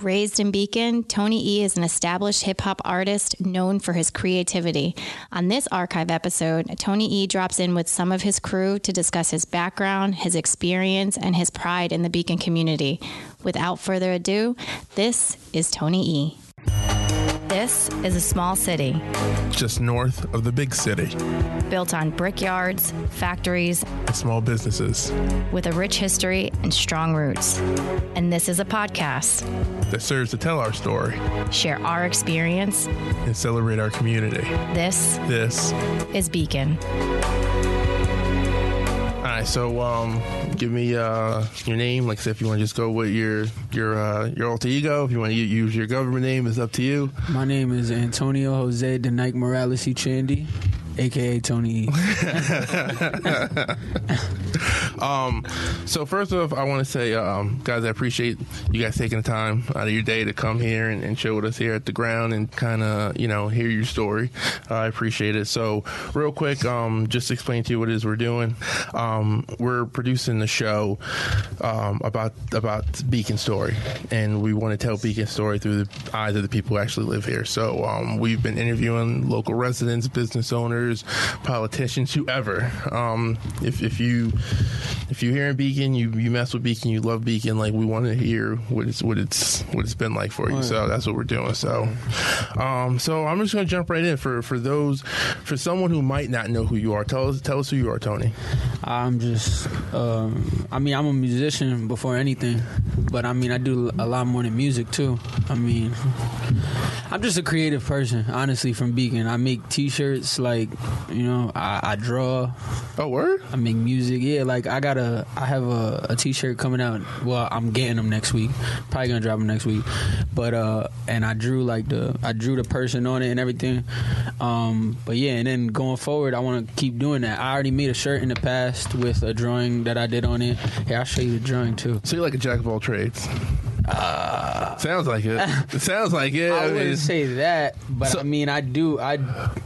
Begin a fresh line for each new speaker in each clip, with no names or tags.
Raised in Beacon, Tony E is an established hip hop artist known for his creativity. On this archive episode, Tony E drops in with some of his crew to discuss his background, his experience, and his pride in the Beacon community. Without further ado, this is Tony E. This is a small city
just north of the big city,
built on brickyards, factories,
and small businesses
with a rich history and strong roots. And this is a podcast
that serves to tell our story,
share our experience,
and celebrate our community.
This
This,
is Beacon.
all right. So, um, give me uh your name. Like I said, if you want to just go with your your uh, your alter ego, if you want to use your government name, it's up to you.
My name is Antonio Jose Denike Morales E. Chandy, aka Tony E.
Um, so first off, I want to say, um, guys, I appreciate you guys taking the time out of your day to come here and, and chill with us here at the ground and kind of, you know, hear your story. Uh, I appreciate it. So real quick, um, just to explain to you what it is we're doing. Um, we're producing the show um, about about Beacon story, and we want to tell Beacon story through the eyes of the people who actually live here. So um, we've been interviewing local residents, business owners, politicians, whoever. Um, if if you if you're here in Beacon, you, you mess with Beacon, you love Beacon. Like we want to hear what it's what it's what it's been like for you. So that's what we're doing. So, um, so I'm just gonna jump right in for for those for someone who might not know who you are. Tell us tell us who you are, Tony.
I'm just, um, I mean, I'm a musician before anything, but I mean, I do a lot more than music too. I mean, I'm just a creative person, honestly, from Beacon. I make t shirts, like, you know, I, I draw,
Oh, word.
I make music. Yeah, like I got a, I have a, a t-shirt coming out. Well, I'm getting them next week. Probably gonna drop them next week. But uh, and I drew like the, I drew the person on it and everything. Um, but yeah, and then going forward, I want to keep doing that. I already made a shirt in the past with a drawing that I did on it. Here, I'll show you the drawing too.
So you're like a jack of all trades. sounds like it. it sounds like it.
I
mean,
wouldn't say that, but
So-
I mean, I do. I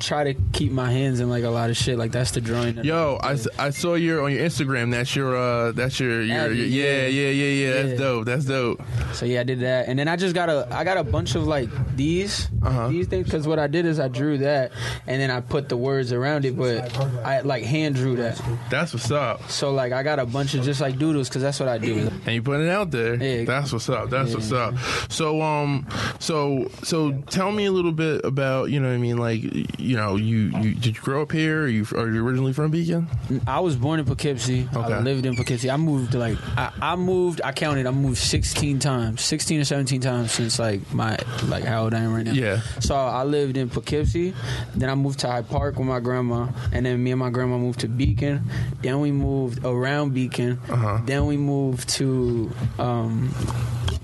try to keep my hands in like a lot of shit. Like that's the drawing. That
Yo, I, s- I saw your on your Instagram. That's your uh, that's your, your,
Abby,
your- yeah, yeah, yeah,
yeah.
yeah, That's
Yeah.
dope. That's dope.
So yeah, I did that, and then I just got a I got a bunch of like these
Uh-huh.
these things because what I did is I drew that, and then I put the words around it, but I like hand drew that.
That's what's up.
So like I got a bunch of just like doodles because that's what I do.
and you put it out there.
Yeah.
That's what's up. That's what's up. So um, so so tell me a little bit about you know what I mean like you know you, you did you grow up here? Are you are you originally from Beacon?
I was born in Poughkeepsie.
Okay.
I lived in Poughkeepsie. I moved like I, I moved. I counted. I moved sixteen times, sixteen or seventeen times since like my like how old I am right now.
Yeah.
So I lived in Poughkeepsie. Then I moved to Hyde Park with my grandma, and then me and my grandma moved to Beacon. Then we moved around Beacon.
Uh-huh.
Then we moved to. Um,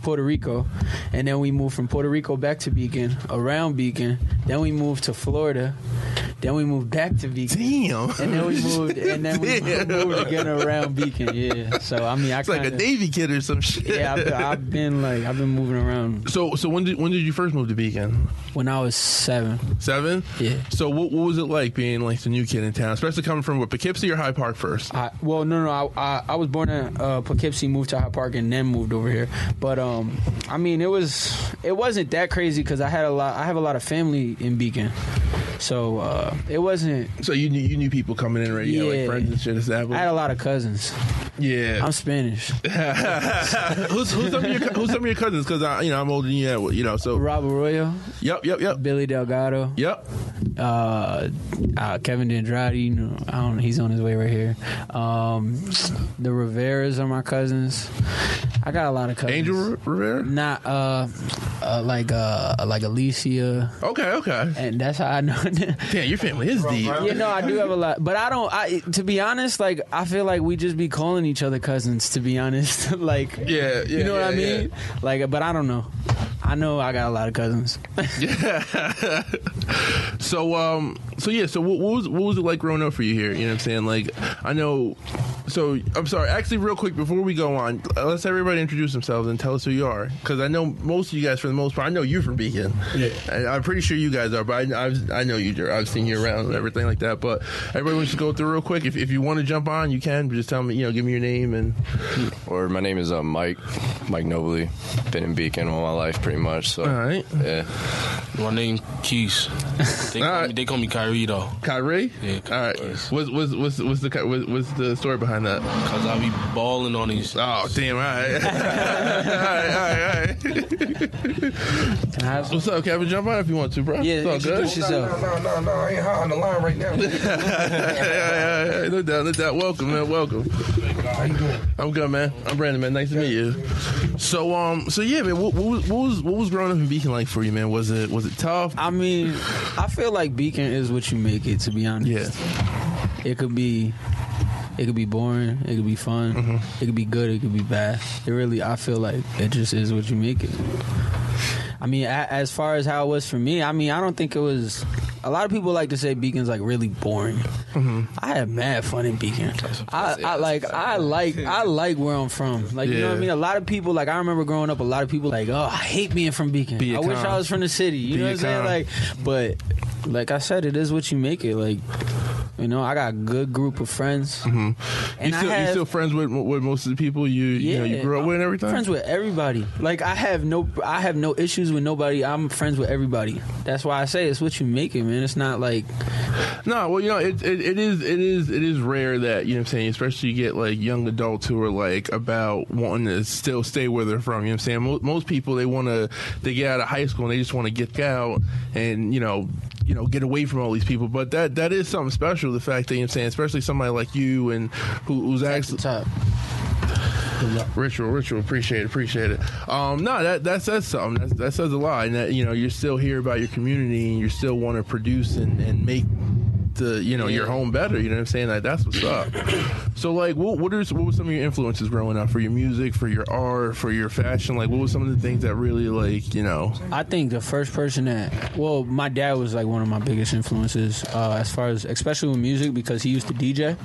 Puerto Rico, and then we moved from Puerto Rico back to Beacon, around Beacon. Then we moved to Florida. Then we moved back to Beacon.
Damn.
And then we moved, and then we
Damn.
moved again around Beacon. Yeah. So I mean, I
It's like a
kinda-
Navy kid or some shit.
Yeah, I've been, I've been like I've been moving around
So so when did when did you first move to Beacon?
when I was seven.
Seven.
Yeah.
So what what was it like being like the new kid in town, especially coming from what Poughkeepsie or High Park first?
I, well, no, no, I, I, I was born in uh, Poughkeepsie, moved to Hyde Park, and then moved over here. But um, I mean, it was it wasn't that crazy because I had a lot. I have a lot of family in Beacon, so uh, it wasn't.
So you knew you knew people coming in already, you know, like
Yeah.
friends and shit
I had
established.
a lot of cousins.
Yeah.
I'm Spanish.
who's, who's some of your who's some of your cousins? Because I you know I'm older than you, yeah, you know. So
Rob Arroyo,
yep, yep, yep.
Billy Delgado,
Yep.
uh, uh, Kevin D'Andrade. You know, I don't. He's on his way right here. Um, the Riveras are my cousins. I got a lot of cousins.
Angel Ri- Rivera.
Not uh, uh, like uh, like Alicia,
Okay, okay.
and that's how I know.
Damn, your family is deep.
you know, I do have a lot, but I don't. I to be honest, like I feel like we just be calling each other cousins. To be honest, like
Yeah, yeah.
you know what I
yeah,
mean. Like, but I don't know. I know I got a lot of cousins.
yeah. so, um, so yeah. So, what, what was what was it like growing up for you here? You know what I'm saying? Like, I know so I'm sorry. Actually, real quick before we go on, uh, let's everybody introduce themselves and tell us who you are. Because I know most of you guys, for the most part, I know you from Beacon.
Yeah.
and I'm pretty sure you guys are, but I, I've, I know you. Jer- I've seen you around and everything like that. But everybody wants to go through real quick. If, if you want to jump on, you can. But just tell me, you know, give me your name and
Or my name is uh, Mike, Mike Nobly. Been in Beacon all my life, pretty much. So,
all right,
yeah,
My name Keys. They call,
Alright.
me, they call me Kyrie though,
Kyrie.
Yeah,
all right. What's what's what's what's the ki- what's, what's the story behind that?
cause I be balling on these.
Oh damn! All right, all right, all right.
Can I have
What's up, Kevin? Jump on if you want to, bro.
Yeah,
it's all good.
introduce yourself.
No, no, no, I ain't hot on the line right now.
yeah, yeah, yeah. No doubt, no doubt. Welcome, man. Welcome.
How you doing?
I'm good, man. I'm Brandon, man. Nice to meet you. So, um, so yeah, man. What, what was what was what was growing up in Beacon like for you, man? Was it was it tough?
I mean, I feel like Beacon is what you make it. To be honest,
yeah,
it could be it could be boring it could be fun
Mm-hmm.
it could be good it could be bad it really i feel like it just is what you make it i mean a, as far as how it was for me i mean i don't think it was a lot of people like to say beacon's like really boring
Mm-hmm.
i had mad fun in beacon I, I like i like i like where i'm from like you know what
Yeah.
i mean a lot of people like i remember growing up a lot of people like oh i hate being from beacon
Be a
i wish
con.
i was from the city you
Be
know
a
what i'm saying
con.
like but like i said it is what you make it like you know, I got a good group of friends. And
Mm-hmm. you still you still friends with with most of the people you you know you grew up with and everything.
Friends with everybody. Like I have no, I have no issues with nobody. I'm friends with everybody. That's why I say it's what you make it, man. It's not like
No, well, you know, it, it it is it is it is rare that you know what I'm saying, especially you get like young adults who are like about wanting to still stay where they're from. You know what I'm saying? Most, most people they want to they get out of high school and they just want to get out and you know you know get away from all these people. But that that is something special. The fact that you know what I'm saying, especially somebody like you and who, who's actually
top.
Ritual, ritual. Appreciate it, appreciate it. Um, no, that that says something. That, that says a lot, and that you know you're still here about your community, and you still want to produce and, and make the you know your home better. You know what I'm saying? Like that's what's up. So like, what what are what were some of your influences growing up for your music, for your art, for your fashion? Like, what were some of the things that really like you know?
I think the first person that, well, my dad was like one of my biggest influences uh, as far as, especially with music, because he used to DJ.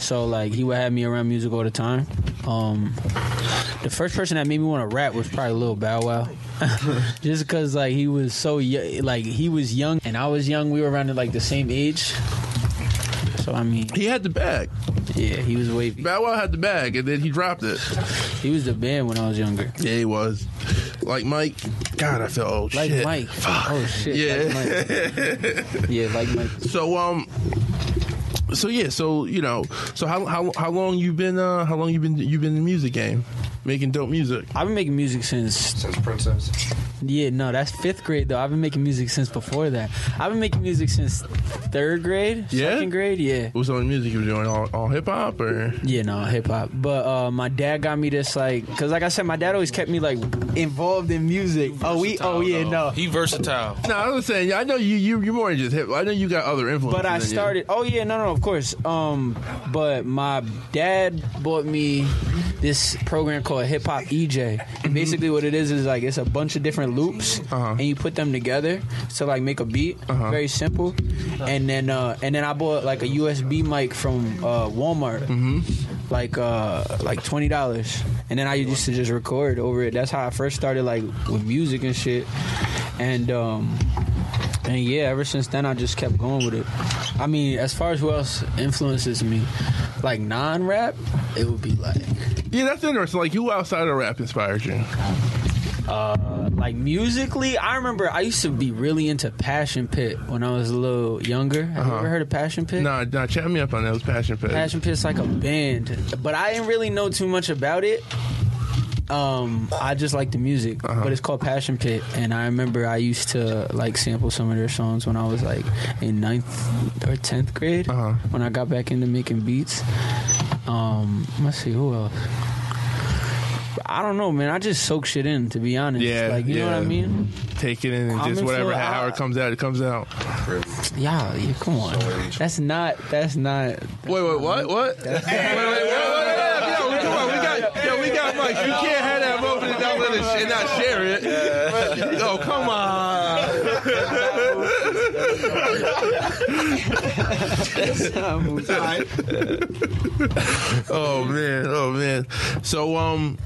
So, like, he would have me around music all the time. Um, the first person that made me want to rap was probably Lil Bow Wow. Just because, like, he was so, y- like, he was young and I was young. We were around, like, the same age. So, I mean,
He had the bag.
yeah, he was wavy.
Bow Wow had the bag, and then he dropped it.
He was the band when I was younger.
Yeah, he was. Like Mike. God, I feel old.
Like
Shit.
Mike. Oh, shit. Like Mike. Yeah, like Mike.
So um, so yeah, so you know, so how how how long you been uh how long you been you been in the music game, making dope music?
I've been making music since
Since Princess.
Yeah, no, that's fifth grade though. I've been making music since before that. I've been making music since third grade,
Yeah?
second grade, yeah.
What sort of music you were doing? All, all hip hop or
Yeah, no, hip hop. But uh, my dad got me this like, cause like I said, my dad always kept me like involved in music. Oh, we, oh yeah, no.
He versatile.
no? I was saying I know you you you're more than just hip. I know you got other influences.
But I
than you.
started. Oh yeah, no, no, of course. Um, but my dad bought me this program called Hip Hop EJ. And basically, what it is is like it's a bunch of different loops,
Uh-huh.
and you put them together to like make a beat. Very simple. And then, uh, and then I bought like a USB mic from uh, Walmart. Like uh like twenty dollars, and then I used to just record over it. That's how I first started like with music and shit, and um, and yeah, ever since then I just kept going with it. I mean, as far as who else influences me, like non-rap, it would be like
Yeah, that's interesting. Like who outside of rap inspired you?
like musically. I remember I used to be really into Passion Pit when I was a little younger. Have you ever heard of Passion Pit?
Nah, nah, chat me up on that. It was passion pit.
Passion Pit's like a band, but I didn't really know too much about it. Um, I just like the music,
Uh-huh.
but it's called Passion Pit, and I remember I used to like sample some of their songs when I was like in ninth or tenth grade
Uh-huh.
when I got back into making beats. Um, let's see who else. I don't know, man. I just soak shit in, to be honest.
Yeah,
like you know what I
yeah.
mean.
Take it in and
I'm
just
into
whatever
it.
how it comes out, it comes out.
Yeah, yeah. Come on, that's not. That's not.
Wait, wait, what? What? wait, wait, wait, wait, wait, wait, yo, come on, we got, yo, we got Mike. You can't have that moment and not let it sh- and not share it. Yo, come on. Oh man, oh man. So um,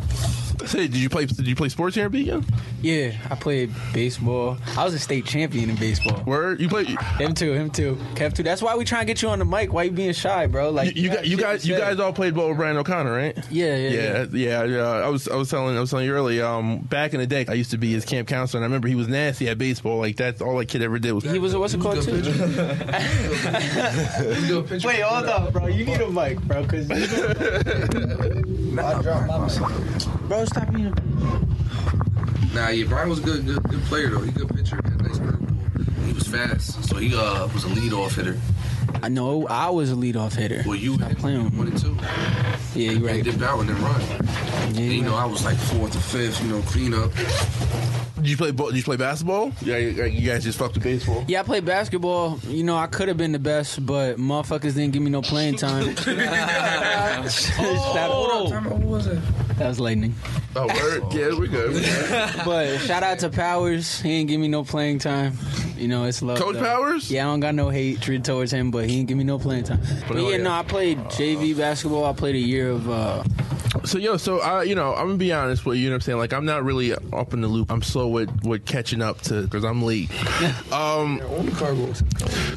say, did you play? Did you play sports here in Beacon?
Yeah, I played baseball. I was a state champion in baseball.
Word, you play.
Him too, him too. Kev too. That's why we trying to get you on the mic. Why you being shy, bro?
You,
Like
you got you guys you guys all played ball with Brian O'Connor, right?
Yeah, yeah,
yeah,
yeah.
yeah, yeah. I was I was telling I was telling you earlier. Um, back in the day, I used to be his camp counselor, and I remember he was nasty at baseball. Like that's all that kid ever did was
He was a what's it called too? Wait, hold up, bro. You need a mic, bro, cause
Nah, Brian.
bro, stop being.
Nah, yeah, Brian was a good, good, good player though. He good pitcher, had nice curveball. He was fast, so he uh was a leadoff hitter.
I know I was a leadoff hitter.
Well, you
Stop
hit
playing with me.
one and two.
Yeah, you
Right.
right.
Did Bauer and then run.
Yeah,
And, you
you
know,
right.
I was like fourth or fifth. You know, cleanup.
Did you play? bo- Did you play basketball? Yeah, you, like, you guys just fucked with baseball.
Yeah, I played basketball. You know, I could have been the best, but motherfuckers didn't give me no playing time. Shout-
Oh,
Time, who was it?
that was lightning.
Oh, word. yeah, we're good. We're good.
But shout out to Powers. He didn't give me no playing time. You know, it's love.
Coach
though.
Powers?
Yeah, I don't got no hate tr- towards him, but he didn't give me no playing time.
no,
But, yeah,
oh, yeah. Uh,
no, I played JV basketball. I played a year of. Uh,
So yo, so I, you know, I'm gonna be honest with you. You know what I'm saying? Like, I'm not really up in the loop. I'm slow with with catching up to because I'm late. Um,
Only cargo.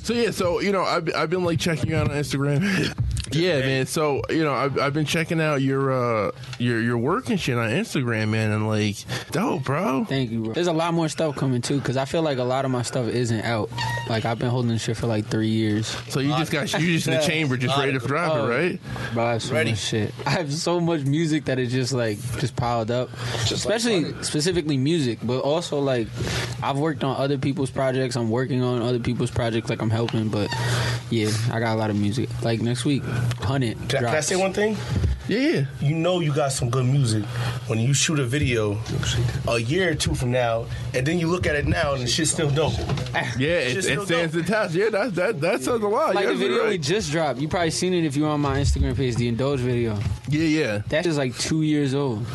so yeah, so you know, I've I've been like checking you out on Instagram. Yeah, man. So you know, I've, I've been checking out your uh your your work and shit on Instagram, man, and like, dope, bro.
thank you, bro. There's a lot more stuff coming too, because I feel like a lot of my stuff isn't out. Like I've been holding this shit for like three years.
So you just got you just in the chamber, just ready to drop it,
Oh.
right?
Bro, I have so much shit. I have so much music that it just like just piled up. Especially specifically music, but also like I've worked on other people's projects. I'm working on other people's projects, like I'm helping. But yeah, I got a lot of music. Like next week, hundred.
Can I- can I say one thing?
Yeah.
you know you got some good music when you shoot a video a year or two from now, and then you look at it now and the shit's still dope.
Yeah, it,
Shit's
it
still
stands the test. Yeah, that that that says a lot.
Like
yeah,
the video we just dropped, you probably seen it if you were on my Instagram page, the Indulge video.
yeah, yeah.
That shit's like two years old.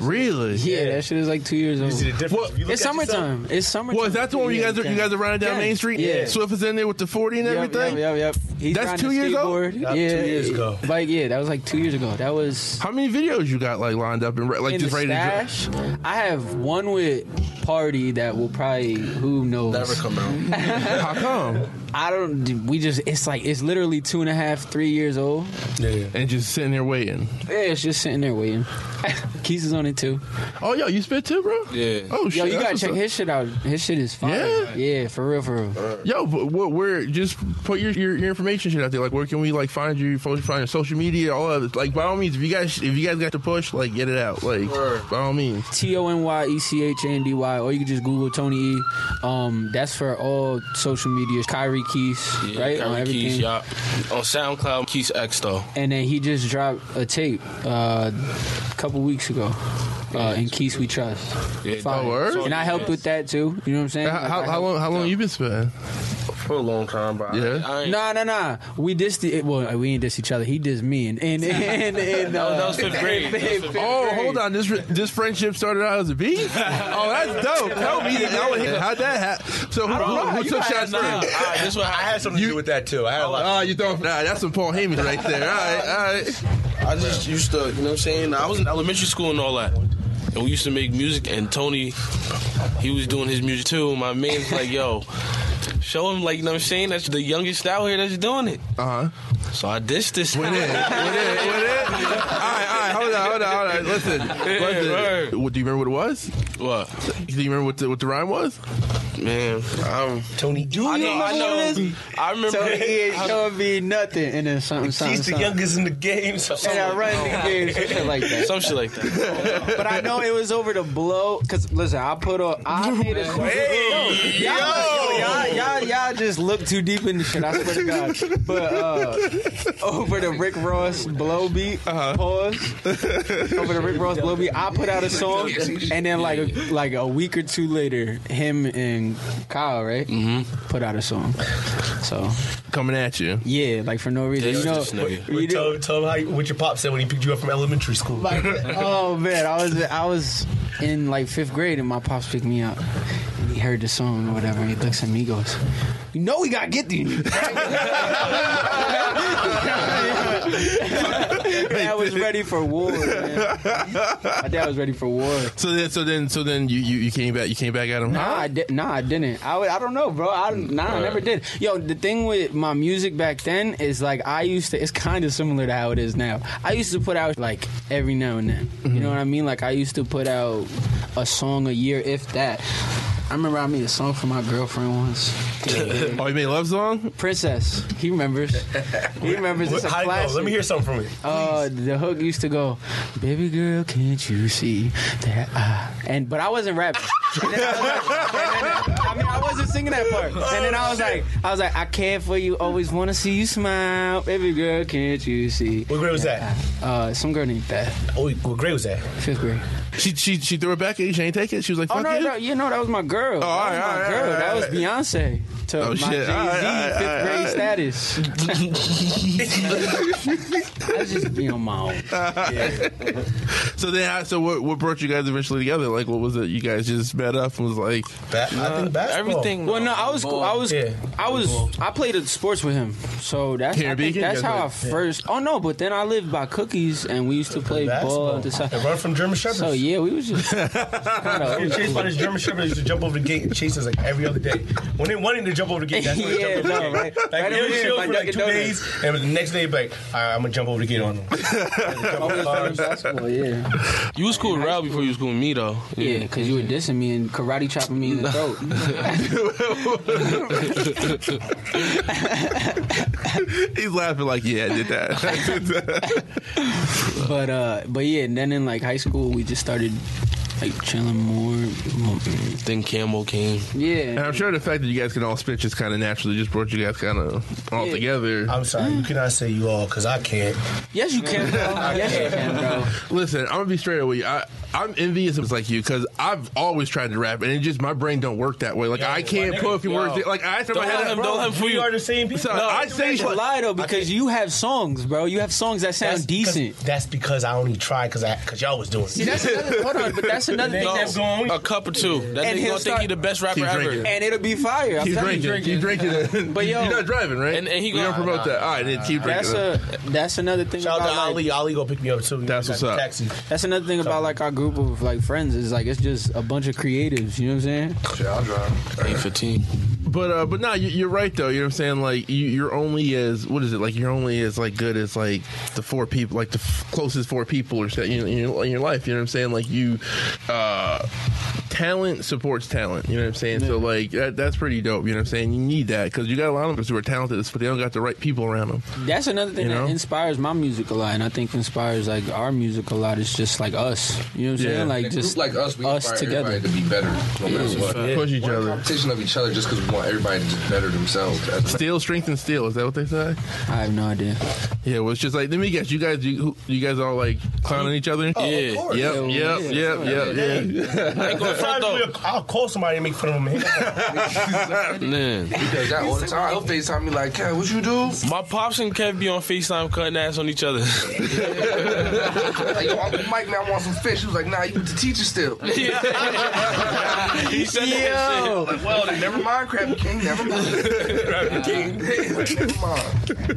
Really?
Yeah, that shit is like two years
You see
old.
the difference?
Well,
If you look
It's
at yourself-
summertime. It's summertime.
Well, is that the one where you guys are you guys are running down
Yeah.
Main Street?
Yeah.
Swift is in there with the forty and
Yep,
everything.
Yep, yep, yep. He's
That's
riding
two
a
years old?
skateboard.
Not two
yeah,
years ago.
Like yeah, that was like two years ago. That was
How many videos you got like lined up and re- like
in
just
the
ready to?
stash. I have one with party that will probably who knows.
Never come out.
dr- How come?
I don't. We just it's like it's literally two and a half, three years old.
Yeah.
And just sitting there waiting.
Yeah, it's just sitting there waiting. Keys is on it too.
Oh, yo, you spit too, bro?
Yeah.
Oh shit.
Yo, you
that's
gotta
what's
check
up.
his shit out. His shit is fire.
Yeah?
yeah for real, for real.
Yo, but what, where? Just put your, your your information shit out there. Like, where can we like find you? fo- Find your social media, all of it. Like, by all means, if you guys if you guys got to push, like, get it out. Like, by all means.
T O N Y E C H A N D Y, or you can just Google Tony E. Um, that's for all social media. Kyrie Keys,
Yeah,
right?
Kyrie
on everything.
Keys, y'all. On SoundCloud, Keys X though.
and then he just dropped a tape uh, a couple weeks ago. Uh, in Keys We Trust.
Yeah,
Fire.
that word?
And I helped with that too. You know what I'm saying?
How,
Like,
how,
I
how long how long you been spitting?
For a long time, bro.
Yeah.
I ain't,
Nah, nah, nah. We dissed. The, well, we ain't diss each other. He dissed me, and and and, and uh,
that was fifth grade. That was fifth grade.
Oh, hold on. This this friendship started out as a beef. oh, that's dope. Tell me that. I wanna hear How'd that happen? So who, who, who took shots
Nah, all
first?
right, this what
I
I
had something to do with that too. I had a lot.
Oh, you don't. Nah, that's some Paul Heyman right there. All right, all right.
I just used to, you know what I'm saying?
I was in elementary school and all that. And we used to make music, and Tony, he was doing his music too. My man's like, yo, show him, like, you know what I'm saying? That's the youngest out here that's doing it.
Uh huh.
So I dissed this.
With it, with it, with it. All right, all right. Hold on, hold on, hold on. Listen,
right.
listen. What do you remember? What it was?
What?
Do you remember what the, what the rhyme was?
Man, I'm,
Tony, do
I know,
you?
I know. I remember.
So he ain't showing me nothing, and then something, something,
He's the
something.
youngest in the game. So
And I run the game, some shit like that.
some shit like that.
But I know it was over the blow. Cause listen, I put on. I made a.
Hey,
Y'all, y'all, y'all, y'all just look too deep in the shit. I swear to God. But uh, over the Rick Ross blow beat, pause. Over the Rick Ross blow beat, I put out a song, and then like a, like a week or two later, him and Kyle, right, put out a song. So
Coming at you.
yeah, like for no reason,
This-
you know.
this nigga.
you
Wait,
know-
tell, him- tell him how, you- what your pop said when he picked you up from elementary school.
Like, oh man, I was I was in like fifth grade and my pops picked me up. And he heard the song or whatever. and He looks at me, he goes, "You know we gotta get these." I was ready for war. Man. My dad was ready for war.
So then, so then, so then you, you, you came back. You came back at him.
Nah, I did. Nah, I didn't. I, would- I don't know, bro. I
Mm,
nah, I never did. Yo, the thing with my music back then is like I used to. It's kind of similar to how it is now. I used to put out like every now and then.
Mm-hmm.
You know what I mean? Like I used to put out a song a year, if that. I remember I made a song for my girlfriend once.
Oh, you made a love song?
Princess. He remembers. He remembers. It's a
How it go?
classic.
Let me hear something from it.
Uh, the hook used to go, "Baby girl, can't you see that?" I-" And but I wasn't rapping. And then I, was like- and then- I mean, I wasn't singing that part. And then I was like, I was like, I care for you. Always want to see you smile, baby girl. Can't you see?
What grade was that?
Uh, some girl named that
Oh, what grade was that?
fifth grade.
She she she threw it back at you. She ain't take it. She was like,
Oh
"Fuck
no,
you."
no, you know that was my girl.
Oh, all
that was
right, all
my
right,
girl.
all right,
that was
all right.
Beyonce. To
Oh,
my
shit.
Jay Z
All right, all right, all
fifth
right,
grade
all right.
status. I was just being on my own.
So then, I, so what, what brought you guys eventually together? Like, what was it? You guys just met up and was like,
Ba- I
Uh,
think basketball.
Everything.
Well, no, I was cool. I was,
Yeah.
I was, I played at sports with him, so that's
Here
I
in
think
Beacon?
that's
Yeah,
how I
but-
first. Oh no, but then I lived by cookies, and we used to play ball
Basketball.
at the side.
They run from German Shepherds.
So yeah, we was just kind
He was
of.
chased by this German Shepherd. He used to jump over the gate and chase us like every other day. When they wanted to jump over the gate, that's when they
Yeah,
jumped
no,
over the gate.
right-
Like,
right
they
over
would
here
chill
by
for like two
Dunkin'
days, and the next day, like, all right, I'm gonna jump over the gate on them.
Basketball, yeah,
You was cool with Ralph before you was cool with me though.
yeah, because you were dissing me and karate chopping me in the throat.
he's laughing like, yeah, I did that. I did that.
But uh, but yeah, and then in like high school, we just started like chilling more.
Then Camel came.
and
Yeah,
I'm sure the fact that you guys can all spit just kind of naturally just brought you guys kind of all
Yeah.
together.
I'm sorry, you cannot say you all because I can't.
yes you can, bro. Yes you can, bro.
Listen, I'm gonna be straight with you. I, I'm envious of like you because I've always tried to rap and it just my brain don't work that way. Like I can't
nigga,
put a few
yo.
words. in- Like I have to
Don't let him. Don't let him fool
We
you.
are the same people.
So I say
You lie though because you have songs, bro. You have songs that sound
because-
decent.
That's because I only tried because I because y'all was doing
See,
it.
that's another, hold on, but that's another thing.
No,
That's,
a cup or two. That
And
nigga
he'll
gonna think
start-
he the best rapper
Keep
ever.
drinking.
and it'll be fire. I'm
keep
telling
drinking.
you.
Keep drinking.
But yo-
you're not driving, right?
And- and he
we
gonna-
don't promote
nah,
that. all right, then keep drinking.
That's a that's another thing
Shout out to
about like,
Ali. Ali gonna pick me up too.
That's what's up.
Taxi.
that's another thing about like our group of like friends is like it's just a bunch of creatives. You know what I'm saying?
Shit, I'll drive.
Eight fifteen.
But uh, but no, you, you're right though. You know what I'm saying? Like you, you're only as what is it? Like you're only as like good as like the four people, like the f- closest four people or so, you know, in, your, in your life. You know what I'm saying? Like you, uh, talent supports talent. You know what I'm saying? So like that, that's pretty dope. You know what I'm saying? You need that because you got a lot of us who are talented, but they don't got the right people around them.
That's another thing
You know?
that inspires my music a lot, and I think inspires like our music a lot. It's just like us. You know what I'm
Yeah.
saying? Like
Like,
just
just like us, we
us
inspire
together.
everybody to be better no matter what.
Push each
We're in
other.
competition of each other just because we want everybody to just better themselves. That's
Steel, strength, and steel. Is that what they say?
I have no idea.
Yeah. Well, it's just like let me guess. You guys, you, you guys all like clowning each other.
Yeah.
Of course.
Yep, yep, yep, yep, yeah.
I ain't gonna front
Sometimes
though.
we'll- I'll call somebody and make fun of them.
Man.
he does that all the time. He'll FaceTime me like, Cat, what you do?
My pops and Kev be on FaceTime cutting ass on each other.
Like, yo, Uncle Mike now wants some fish. He was like, nah, you with the teacher still.
he said that shit.
Like, well, then never mind, Crab King. Never mind. Crab King. like, never mind.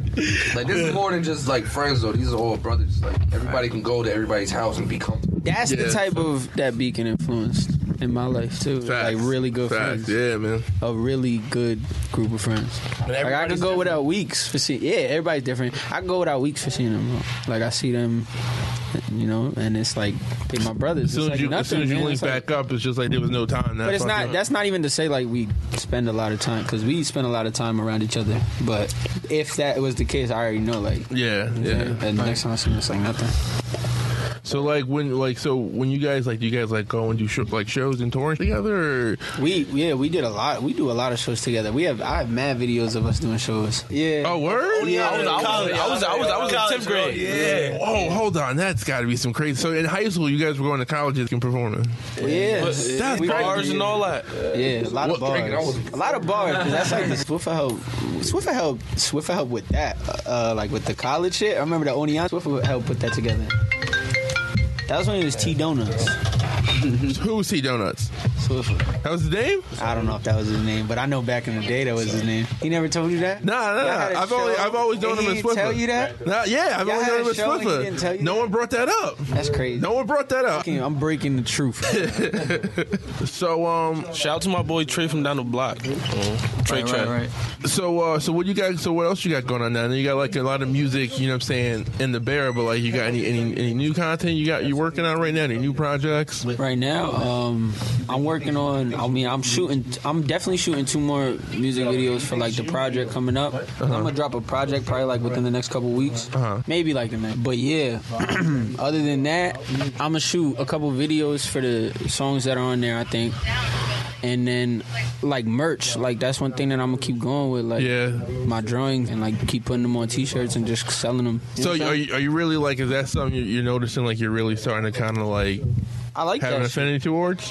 Like, this is more than just like friends, though. These are all brothers. Like, everybody can go to everybody's house and be comfortable.
That's the
Yeah.
type of that Beacon influenced in my life too.
Facts.
Like really good
Facts.
friends.
Yeah, man.
a really good group of friends. Like I could
everybody's
go without weeks for seeing. Yeah, everybody's different. I could go without weeks for seeing them. bro. Like I see them, you know, and it's like they my brothers.
As soon
it's
as
like
you,
nothing,
as soon as you
man.
link
It's like-
back up, it's just like there was no time.
but it's not. That's not even to say like we spend a lot of time because we spend a lot of time around each other. But if that was the case, I already know. Like,
yeah, yeah.
and next time I see them, it's like nothing.
So like when like so when you guys like do you guys like go and do sh- like shows and touring together? Or,
We yeah, we did a lot. We do a lot of shows together. We have I have mad videos of us doing shows. Yeah.
oh, word.
yeah.
I was, I was, I was, I was, I was in tenth grade.
Yeah.
Oh, hold on. That's got to be some crazy. So in high school, you guys were going to colleges and performing.
Yeah,
But
We-
bars and all that.
Yeah, a lot of
What-
bars.
Drinking, I was-
a lot of bars. 'cause That's like the Swiffer help. Swiffer help. Swiffer help with that. Uh, like with the college shit. I remember the Onion Swiffer help put that together. That was when it was T Donuts.
Who's he donuts?
Swift.
That was the name?
I don't know if that was his name, but I know back in the day that was his name. He never told you that?
Nah, nah,
Y'all had a
nah. I've only,
show
I've always
and
known
he
him as
didn't
Swiffer.
Tell you that?
Nah, yeah, I've always
Y'all had
known
a
him as
show and he didn't tell
Swiffer.
you
No
that?
one brought that up.
That's crazy.
No one brought that up.
Fucking- I'm breaking the truth.
So um,
Shout out to my boy Trey from down the block. Mm, Trey Trap.
so uh, so what you got? So what else you got going on now? You got like a lot of music, you know what I'm saying, in the barrel. But like, you got any any, any new content you got you working on right now? Any new projects?
Right now, um, I'm working on. I mean, I'm shooting. I'm definitely shooting two more music videos for like the project coming up. I'm gonna drop a project probably like within the next couple weeks,
Uh-huh.
maybe like the next. But yeah, other than that, I'm gonna shoot a couple videos for the songs that are on there. I think. And then, like merch, like that's one thing that I'm gonna keep going with, like
Yeah.
my drawings, and like keep putting them on T-shirts and just selling them. You know
So
what I'm
are
saying?
you, are you really like? Is that something you're, you're noticing? Like you're really starting to kind of like
I like
have an
that. shit.
affinity towards?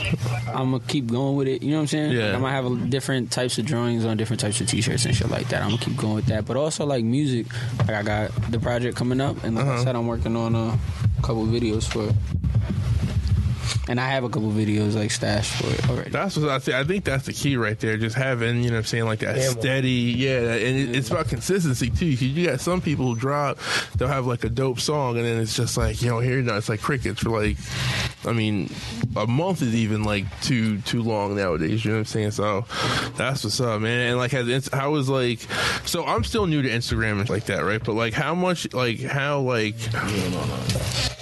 I'm gonna keep going with it. You know what I'm saying?
Yeah.
Like, I'm gonna have a- different types of drawings on different types of T-shirts and shit like that. I'm gonna keep going with that. But also like music. Like I got the project coming up, and like I said, I'm working on a couple videos for it. And I have a couple videos like stashed for it already.
That's what I say. I think that's the key right there. Just having, you know what I'm saying, like that steady, yeah. And it, it's about consistency too. Cause you got some people who drop, they'll have like a dope song and then it's just like, you know, here now it's like crickets for like, I mean, a month is even like too, too long nowadays. You know what I'm saying? So that's what's up, man. And like, has, it's, how is like, so I'm still new to Instagram and like that, right? But like, how much, like, how, like,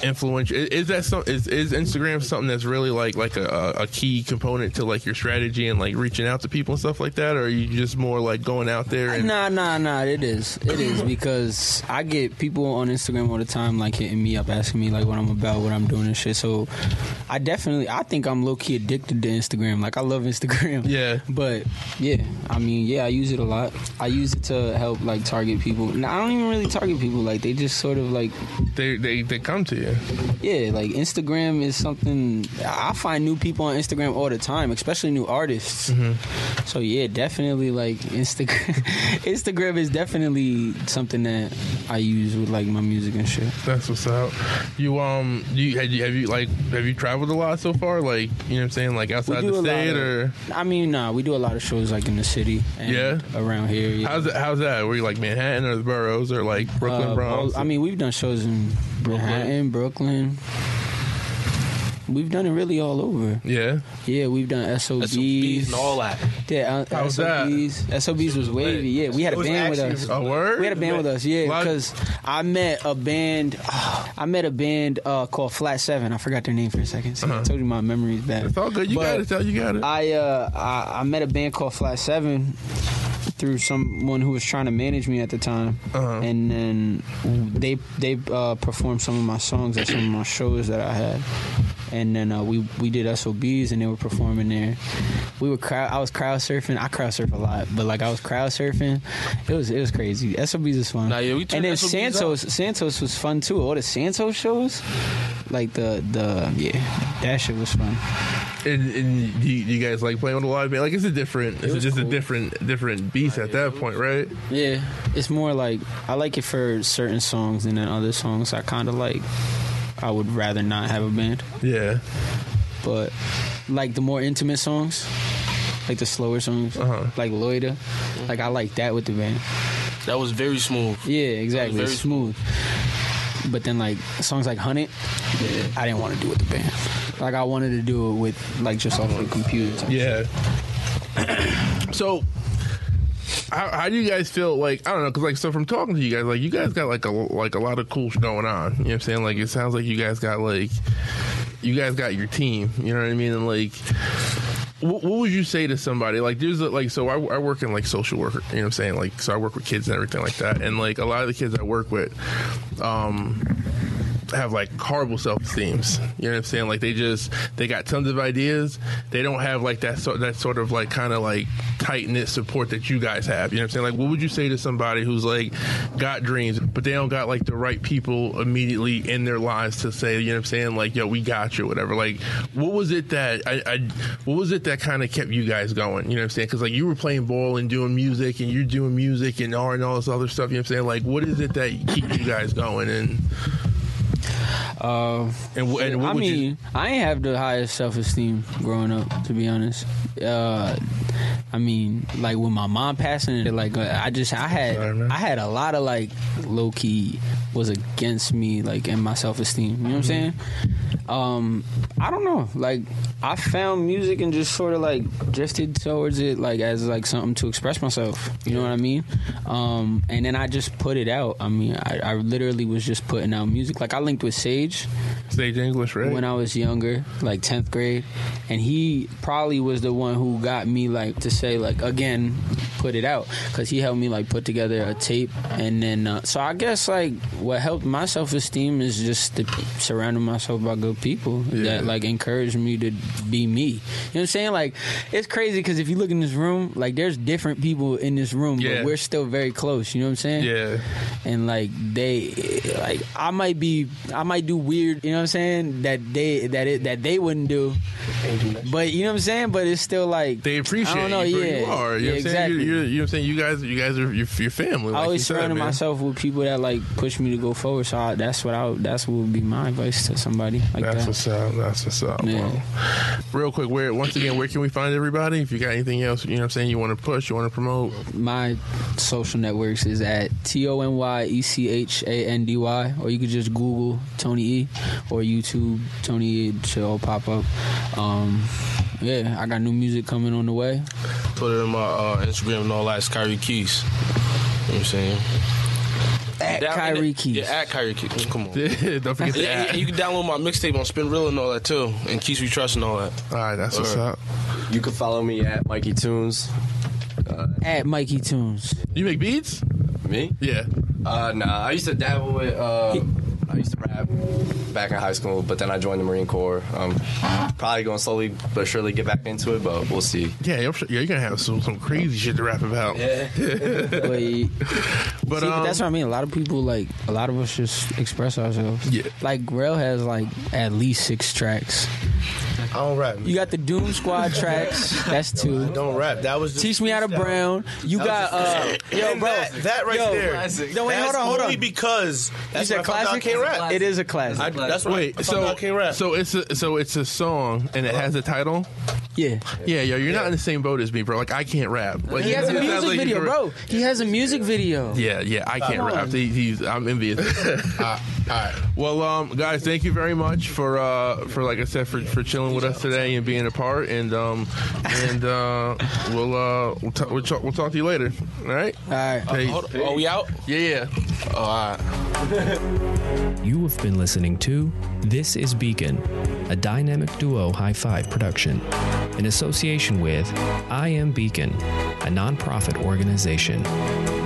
influential is, is that some is, is instagram something that's really like like a, a a key component to like your strategy and like reaching out to people and stuff like that or are you just more like going out there and
Nah, nah, nah. It is. It is because I get people on Instagram all the time, like hitting me up, asking me like what I'm about, what I'm doing, and shit. So, I definitely, I think I'm low key addicted to Instagram. Like I love Instagram.
Yeah.
But yeah, I mean, yeah, I use it a lot. I use it to help like target people. And I don't even really target people. Like they just sort of like
they, they they come to you
yeah, like Instagram is something I find new people on Instagram all the time, especially new artists.
Mm-hmm.
So yeah, definitely like Instagram. Instagram is definitely something that I use with like my music and shit.
that's what's up you um you have, you have you like have you traveled a lot so far like you know what i'm saying like outside the state
of,
or
I mean, nah, we do a lot of shows like in the city. And
Yeah?
around here. Yeah.
how's that how's that were you like manhattan or the boroughs or like brooklyn
Uh,
bronx
well, I mean, we've done shows in
Brooklyn.
Manhattan, Brooklyn. We've done it really all over.
yeah
Yeah, we've done SOBs,
SOBs and all that.
Yeah, uh,
How's that?
SOBs. SOBs was wavy. Yeah, we had a
It was
band with
actually-
us.
a word
We had a band with us, yeah,
Lot-
because I met a band. I met a band uh, called Flat Seven. I forgot their name for a second. See, I told you my memory's bad.
Uh-huh. it's all good you
But
got it tell you got it
I, uh, I I met a band called Flat Seven through someone who was trying to manage me at the time,
Uh-huh.
and then they they uh, performed some of my songs at some of my shows that I had, and then uh, we we did SOBs and they were performing there. We were crowd I was crowd surfing. I crowd surf a lot, but like I was crowd surfing. It was it was crazy. SOBs is fun.
Nah, yeah, we
and
turned
then
SOBs
Santos Santos was fun too. All the Santos shows. Like the the yeah, that shit was fun.
And, and do, you, do you guys like playing with a live band? Like it's a different, it's
was
just a
cool.
different, different beast at that point, right?
Yeah, it's more like I like it for certain songs, and then other songs I kind of like. I would rather not have a band,
Yeah.
but like the more intimate songs, like the slower songs,
Uh-huh.
like Loida, like I like that with the band.
That was very smooth.
Yeah, exactly,
very
it's smooth. But then like songs like Hunted, I didn't want to do with the band. Like I wanted to do it with like just off the computer. type shit.
Yeah. so, how, how do you guys feel? Like I don't know, because like so from talking to you guys, like you guys got like a like a lot of cool shit going on. You know what I'm saying? Like it sounds like you guys got like you guys got your team. You know what I mean? And like. What, what would you say to somebody like there's a, like so I, I work in like social worker you know what I'm saying like so I work with kids and everything like that and like a lot of the kids I work with um have like horrible self esteems. You know what I'm saying? Like they just they got tons of ideas. They don't have like that sort that sort of like kind of like tight knit support that you guys have. You know what I'm saying? Like what would you say to somebody who's like got dreams but they don't got like the right people immediately in their lives to say, you know what I'm saying? Like yo, we got you, whatever. Like what was it that I, I what was it that kind of kept you guys going? You know what I'm saying? Because like you were playing ball and doing music and you're doing music and art and all this other stuff. You know what I'm saying? Like what is it that keeps you guys going and
Uh,
And, wh- and what
I
would
mean,
you?
I ain't have the highest self esteem growing up, to be honest. Uh, I mean, like with my mom passing, it like uh, I just I had
Sorry, man.
I had a lot of like low key was against me, like in my self esteem. You know
Mm-hmm.
what I'm saying? Um, I don't know. Like I found music and just sort of like drifted towards it, like as like something to express myself. You know what I mean? Um, and then I just put it out. I mean, I, I literally was just putting out music. Like I linked with Sage
Stage English, right?
when I was younger, like tenth grade, and he probably was the one who got me like to say like again, put it out because he helped me like put together a tape, and then uh, so I guess like what helped my self esteem is just the, surrounding myself by good people
Yeah.
that like encouraged me to be me. You know what I'm saying? Like it's crazy because if you look in this room, like there's different people in this room,
Yeah.
but we're still very close. You know what I'm saying?
yeah,
and like they like I might be I might do weird, you know what I'm saying? That they that it that they wouldn't do. But you know what I'm saying? But it's still like
they appreciate
I don't know,
you. for
yeah.
who you are. You
Yeah,
know what I'm saying?
exactly.
You're, you're, you know what I'm saying? You guys, you guys are your, your family.
I
like you
always
said,
surrounded
man.
myself with people that like push me to go forward. So I, that's what I that's what would be my advice to somebody like
That's
that.
what's up. That's what's up.
Yeah.
Well, real quick, where once again, where can we find everybody? If you got anything else, you know what I'm saying, you want to push, you want to promote.
my social networks is at T O N Y E C H A N D Y, or you could just Google Tony E or YouTube Tony E. It should all pop up. Um, yeah, I got new music coming on the way.
Put it on my uh, Instagram and all that. It's Kyrie Keys. You know what I'm saying?
At
Down-
Kyrie Keys.
Yeah, at Kyrie Keys. Come on. Yeah.
Don't forget the
Yeah,
app.
you can download my mixtape on Spin Real and all that too, and Keys We Trust and all that.
All right, that's what's
Alright.
up.
You can follow me at Mikey Tunes.
at Mikey Tunes.
You make beats?
Me?
Yeah.
Uh, nah, I used to dabble with. Uh, I used to rap back in high school, but then I joined the Marine Corps. Um, probably going to slowly but surely get back into it, but we'll see.
Yeah, you're, yeah, you're gonna have some, some crazy shit to rap about.
But, see,
But,
but
um,
that's what I mean. A lot of people like a lot of us just express ourselves.
Yeah.
Like Rail has like at least six tracks.
I don't rap.
You got the Doom Squad tracks. That's
I
two.
don't rap. That was just
Teach me how to
freestyle.
brown. You got uh yo
And
bro
that, that right
yo,
there.
No wait, hold
that's
on, hold on.
Only because
You
that's
said
why I
classic.
I can't rap.
It is a classic.
I, that's why I
Wait,
found out I
so
can't rap.
so it's a, so it's a song and it has a title.
yeah.
Yeah, yo, you're not in the same boat as me, bro. Like I can't rap. Like
He has a
it sounds
music
like you
video,
can-
bro. He has a music video.
Yeah, yeah, I can't rap. He, he's, I'm envious. Uh, all right. Well, um, guys, thank you very much for uh, for like I said for, for chilling with us today and being a part. And um, and uh, we'll uh, we'll, ta- we'll, talk, we'll talk to you later. All right.
All right.
Peace.
Hold on. Are we out?
Yeah, yeah.
Oh, all right.
You have been listening to This is Beacon, a dynamic duo high five production, in association with I Am Beacon, a nonprofit organization.